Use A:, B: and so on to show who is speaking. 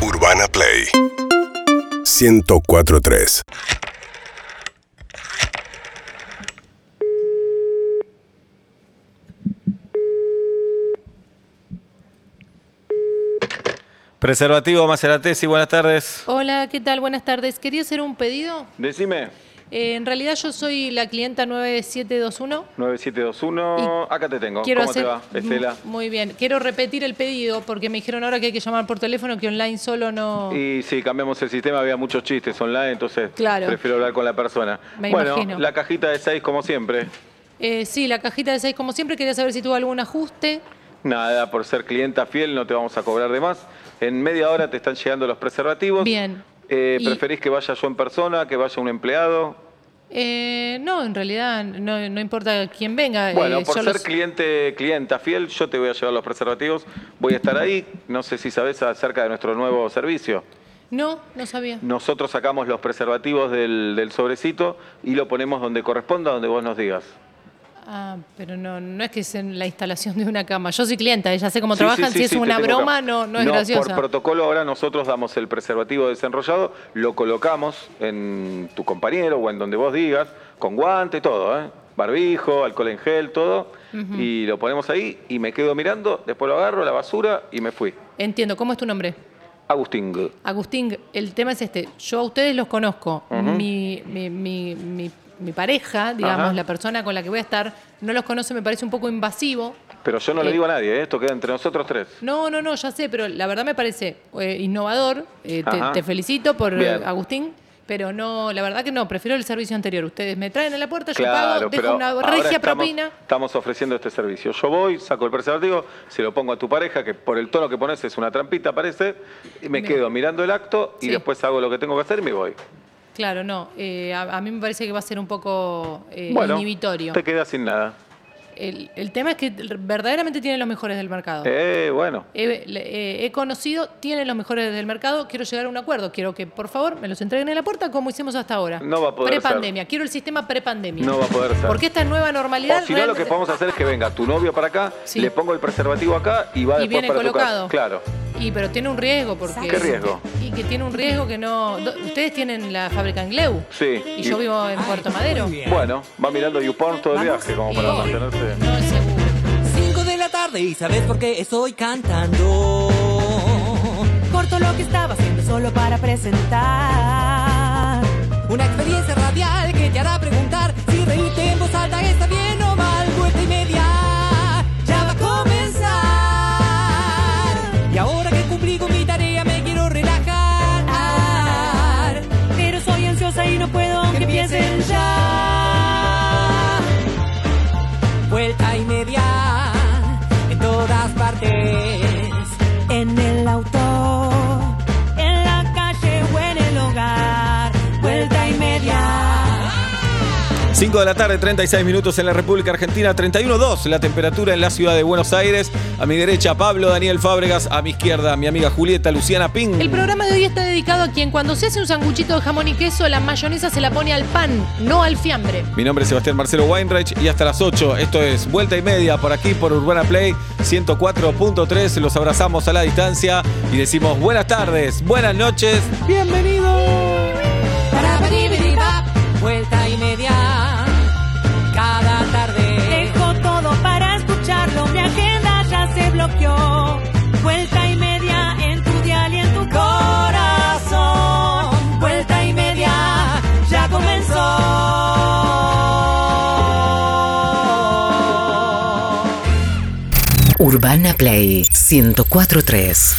A: Urbana Play 1043.
B: Preservativo Maceratesi, buenas tardes.
C: Hola, ¿qué tal? Buenas tardes. Quería hacer un pedido.
D: Decime,
C: Eh, en realidad yo soy la clienta 9721.
D: 9721, acá te tengo.
C: Quiero
D: ¿Cómo
C: hacer...
D: te va, Estela?
C: Mm, Muy bien. Quiero repetir el pedido porque me dijeron ahora que hay que llamar por teléfono, que online solo no...
D: Y sí, cambiamos el sistema, había muchos chistes online, entonces
C: Claro.
D: prefiero hablar con la persona.
C: Me
D: bueno,
C: imagino.
D: la cajita de 6 como siempre.
C: Eh, sí, la cajita de 6 como siempre. Quería saber si tuvo algún ajuste.
D: Nada, por ser clienta fiel no te vamos a cobrar de más. En media hora te están llegando los preservativos.
C: Bien.
D: Eh,
C: Y-
D: ¿Preferís que vaya yo en persona, que vaya un empleado?
C: Eh, no, en realidad no, no importa quién venga.
D: Bueno,
C: eh,
D: por
C: yo
D: ser
C: los-
D: cliente, clienta fiel, yo te voy a llevar los preservativos. Voy a estar ahí. No sé si sabes acerca de nuestro nuevo servicio.
C: No, no sabía.
D: Nosotros sacamos los preservativos del, del sobrecito y lo ponemos donde corresponda, donde vos nos digas.
C: Ah, pero no, no es que es en la instalación de una cama. Yo soy clienta, ya sé cómo
D: Sí,
C: trabajan.
D: sí, sí,
C: si es
D: sí, te
C: una
D: tengo acá.
C: broma, no, no es graciosa.
D: Por protocolo ahora nosotros damos el preservativo desenrollado, lo colocamos en tu compañero o en donde vos digas, con guante, todo, ¿eh? barbijo, alcohol en gel, todo, y lo ponemos ahí y me quedo mirando, después lo agarro, la basura y me fui.
C: Entiendo. ¿Cómo es tu nombre?
D: Agustín.
C: Agustín, el tema es este. Yo a ustedes los conozco. mi, mi- mi- mi- mi pareja, digamos,
D: Ajá.
C: la persona con la que voy a estar, no los conoce, me parece un poco invasivo.
D: Pero yo no
C: Eh.
D: le digo a nadie, ¿eh? esto queda entre nosotros tres.
C: No, no, no, ya sé, pero la verdad me parece eh, innovador. Eh, te,
D: Ajá.
C: te felicito por eh,
D: Bien.
C: Agustín. Pero no, la verdad que no, prefiero el servicio anterior. Ustedes me traen a la puerta, yo pago,
D: Claro,
C: dejo
D: pero
C: una
D: ahora
C: regia
D: estamos-
C: propina.
D: Estamos ofreciendo este servicio. Yo voy, saco el preservativo, se lo pongo a tu pareja, que por el tono que pones es una trampita, parece, y me
C: Bien.
D: quedo mirando el acto y
C: Sí.
D: después hago lo que tengo que hacer y me voy.
C: Claro, no. eh, a, a mí me parece que va a ser un poco eh,
D: bueno,
C: inhibitorio.
D: te quedas sin nada.
C: El, el tema es que verdaderamente tienen los mejores del mercado.
D: Eh, bueno,
C: He, le- eh, he conocido, tienen los mejores del mercado, quiero llegar a un acuerdo, quiero que por favor me los entreguen en la puerta como hicimos hasta ahora.
D: No va a poder ser.
C: Prepandemia, quiero el sistema prepandemia.
D: No va a poder ser.
C: Porque esta nueva
D: o
C: normalidad...
D: si no, lo que
C: realmente-
D: podemos hacer es que venga tu novio para acá,
C: Sí.
D: le pongo el preservativo acá y va
C: Y
D: después
C: viene
D: para
C: colocado.
D: tu casa. Claro.
C: Y pero tiene un riesgo porque...
D: ¿Qué riesgo?
C: Y que tiene un riesgo que no... do- Ustedes tienen la fábrica en Gleu.
D: Sí.
C: Y yo vivo en Puerto Madero.
D: Bueno, va mirando YouPorn todo el viaje, como para
C: Y-
D: mantenerse.
C: No es seguro.
E: 5 de la tarde y sabes por qué estoy cantando.
F: Corto lo que estaba haciendo solo para presentar.
E: Una experiencia radial que te hará preguntar si reírte en voz alta está bien o mal. Vuelta y media, ya va a comenzar. Y ahora que cumplí con mi tarea me quiero relajar.
F: Pero soy ansiosa y no puedo que empiecen
E: ya. Vuelta y media, en todas partes.
F: en el auto, en la calle o en el hogar. Vuelta y media.
B: 5 de la tarde, 36 minutos en la República Argentina, 31.2 la temperatura en la ciudad de Buenos Aires. A mi derecha, Pablo Daniel Fábregas. A mi izquierda, mi amiga Julieta Luciana Ping.
C: El programa de hoy está dedicado a quien cuando se hace un sanguchito de jamón y queso, la mayonesa se la pone al pan, no al fiambre.
B: Mi nombre es Sebastián Marcelo Weinreich y hasta las 8, esto es Vuelta y Media por aquí por Urbana Play 104.3. Los abrazamos a la distancia y decimos buenas tardes, buenas noches, bienvenidos.
E: Para vuelta y media, cada tarde.
F: Dejo todo para escucharlo, mi agenda ya se bloqueó. Vuelta y media en tu dial y en tu corazón. Vuelta y media ya comenzó.
G: Urbana Play 1043.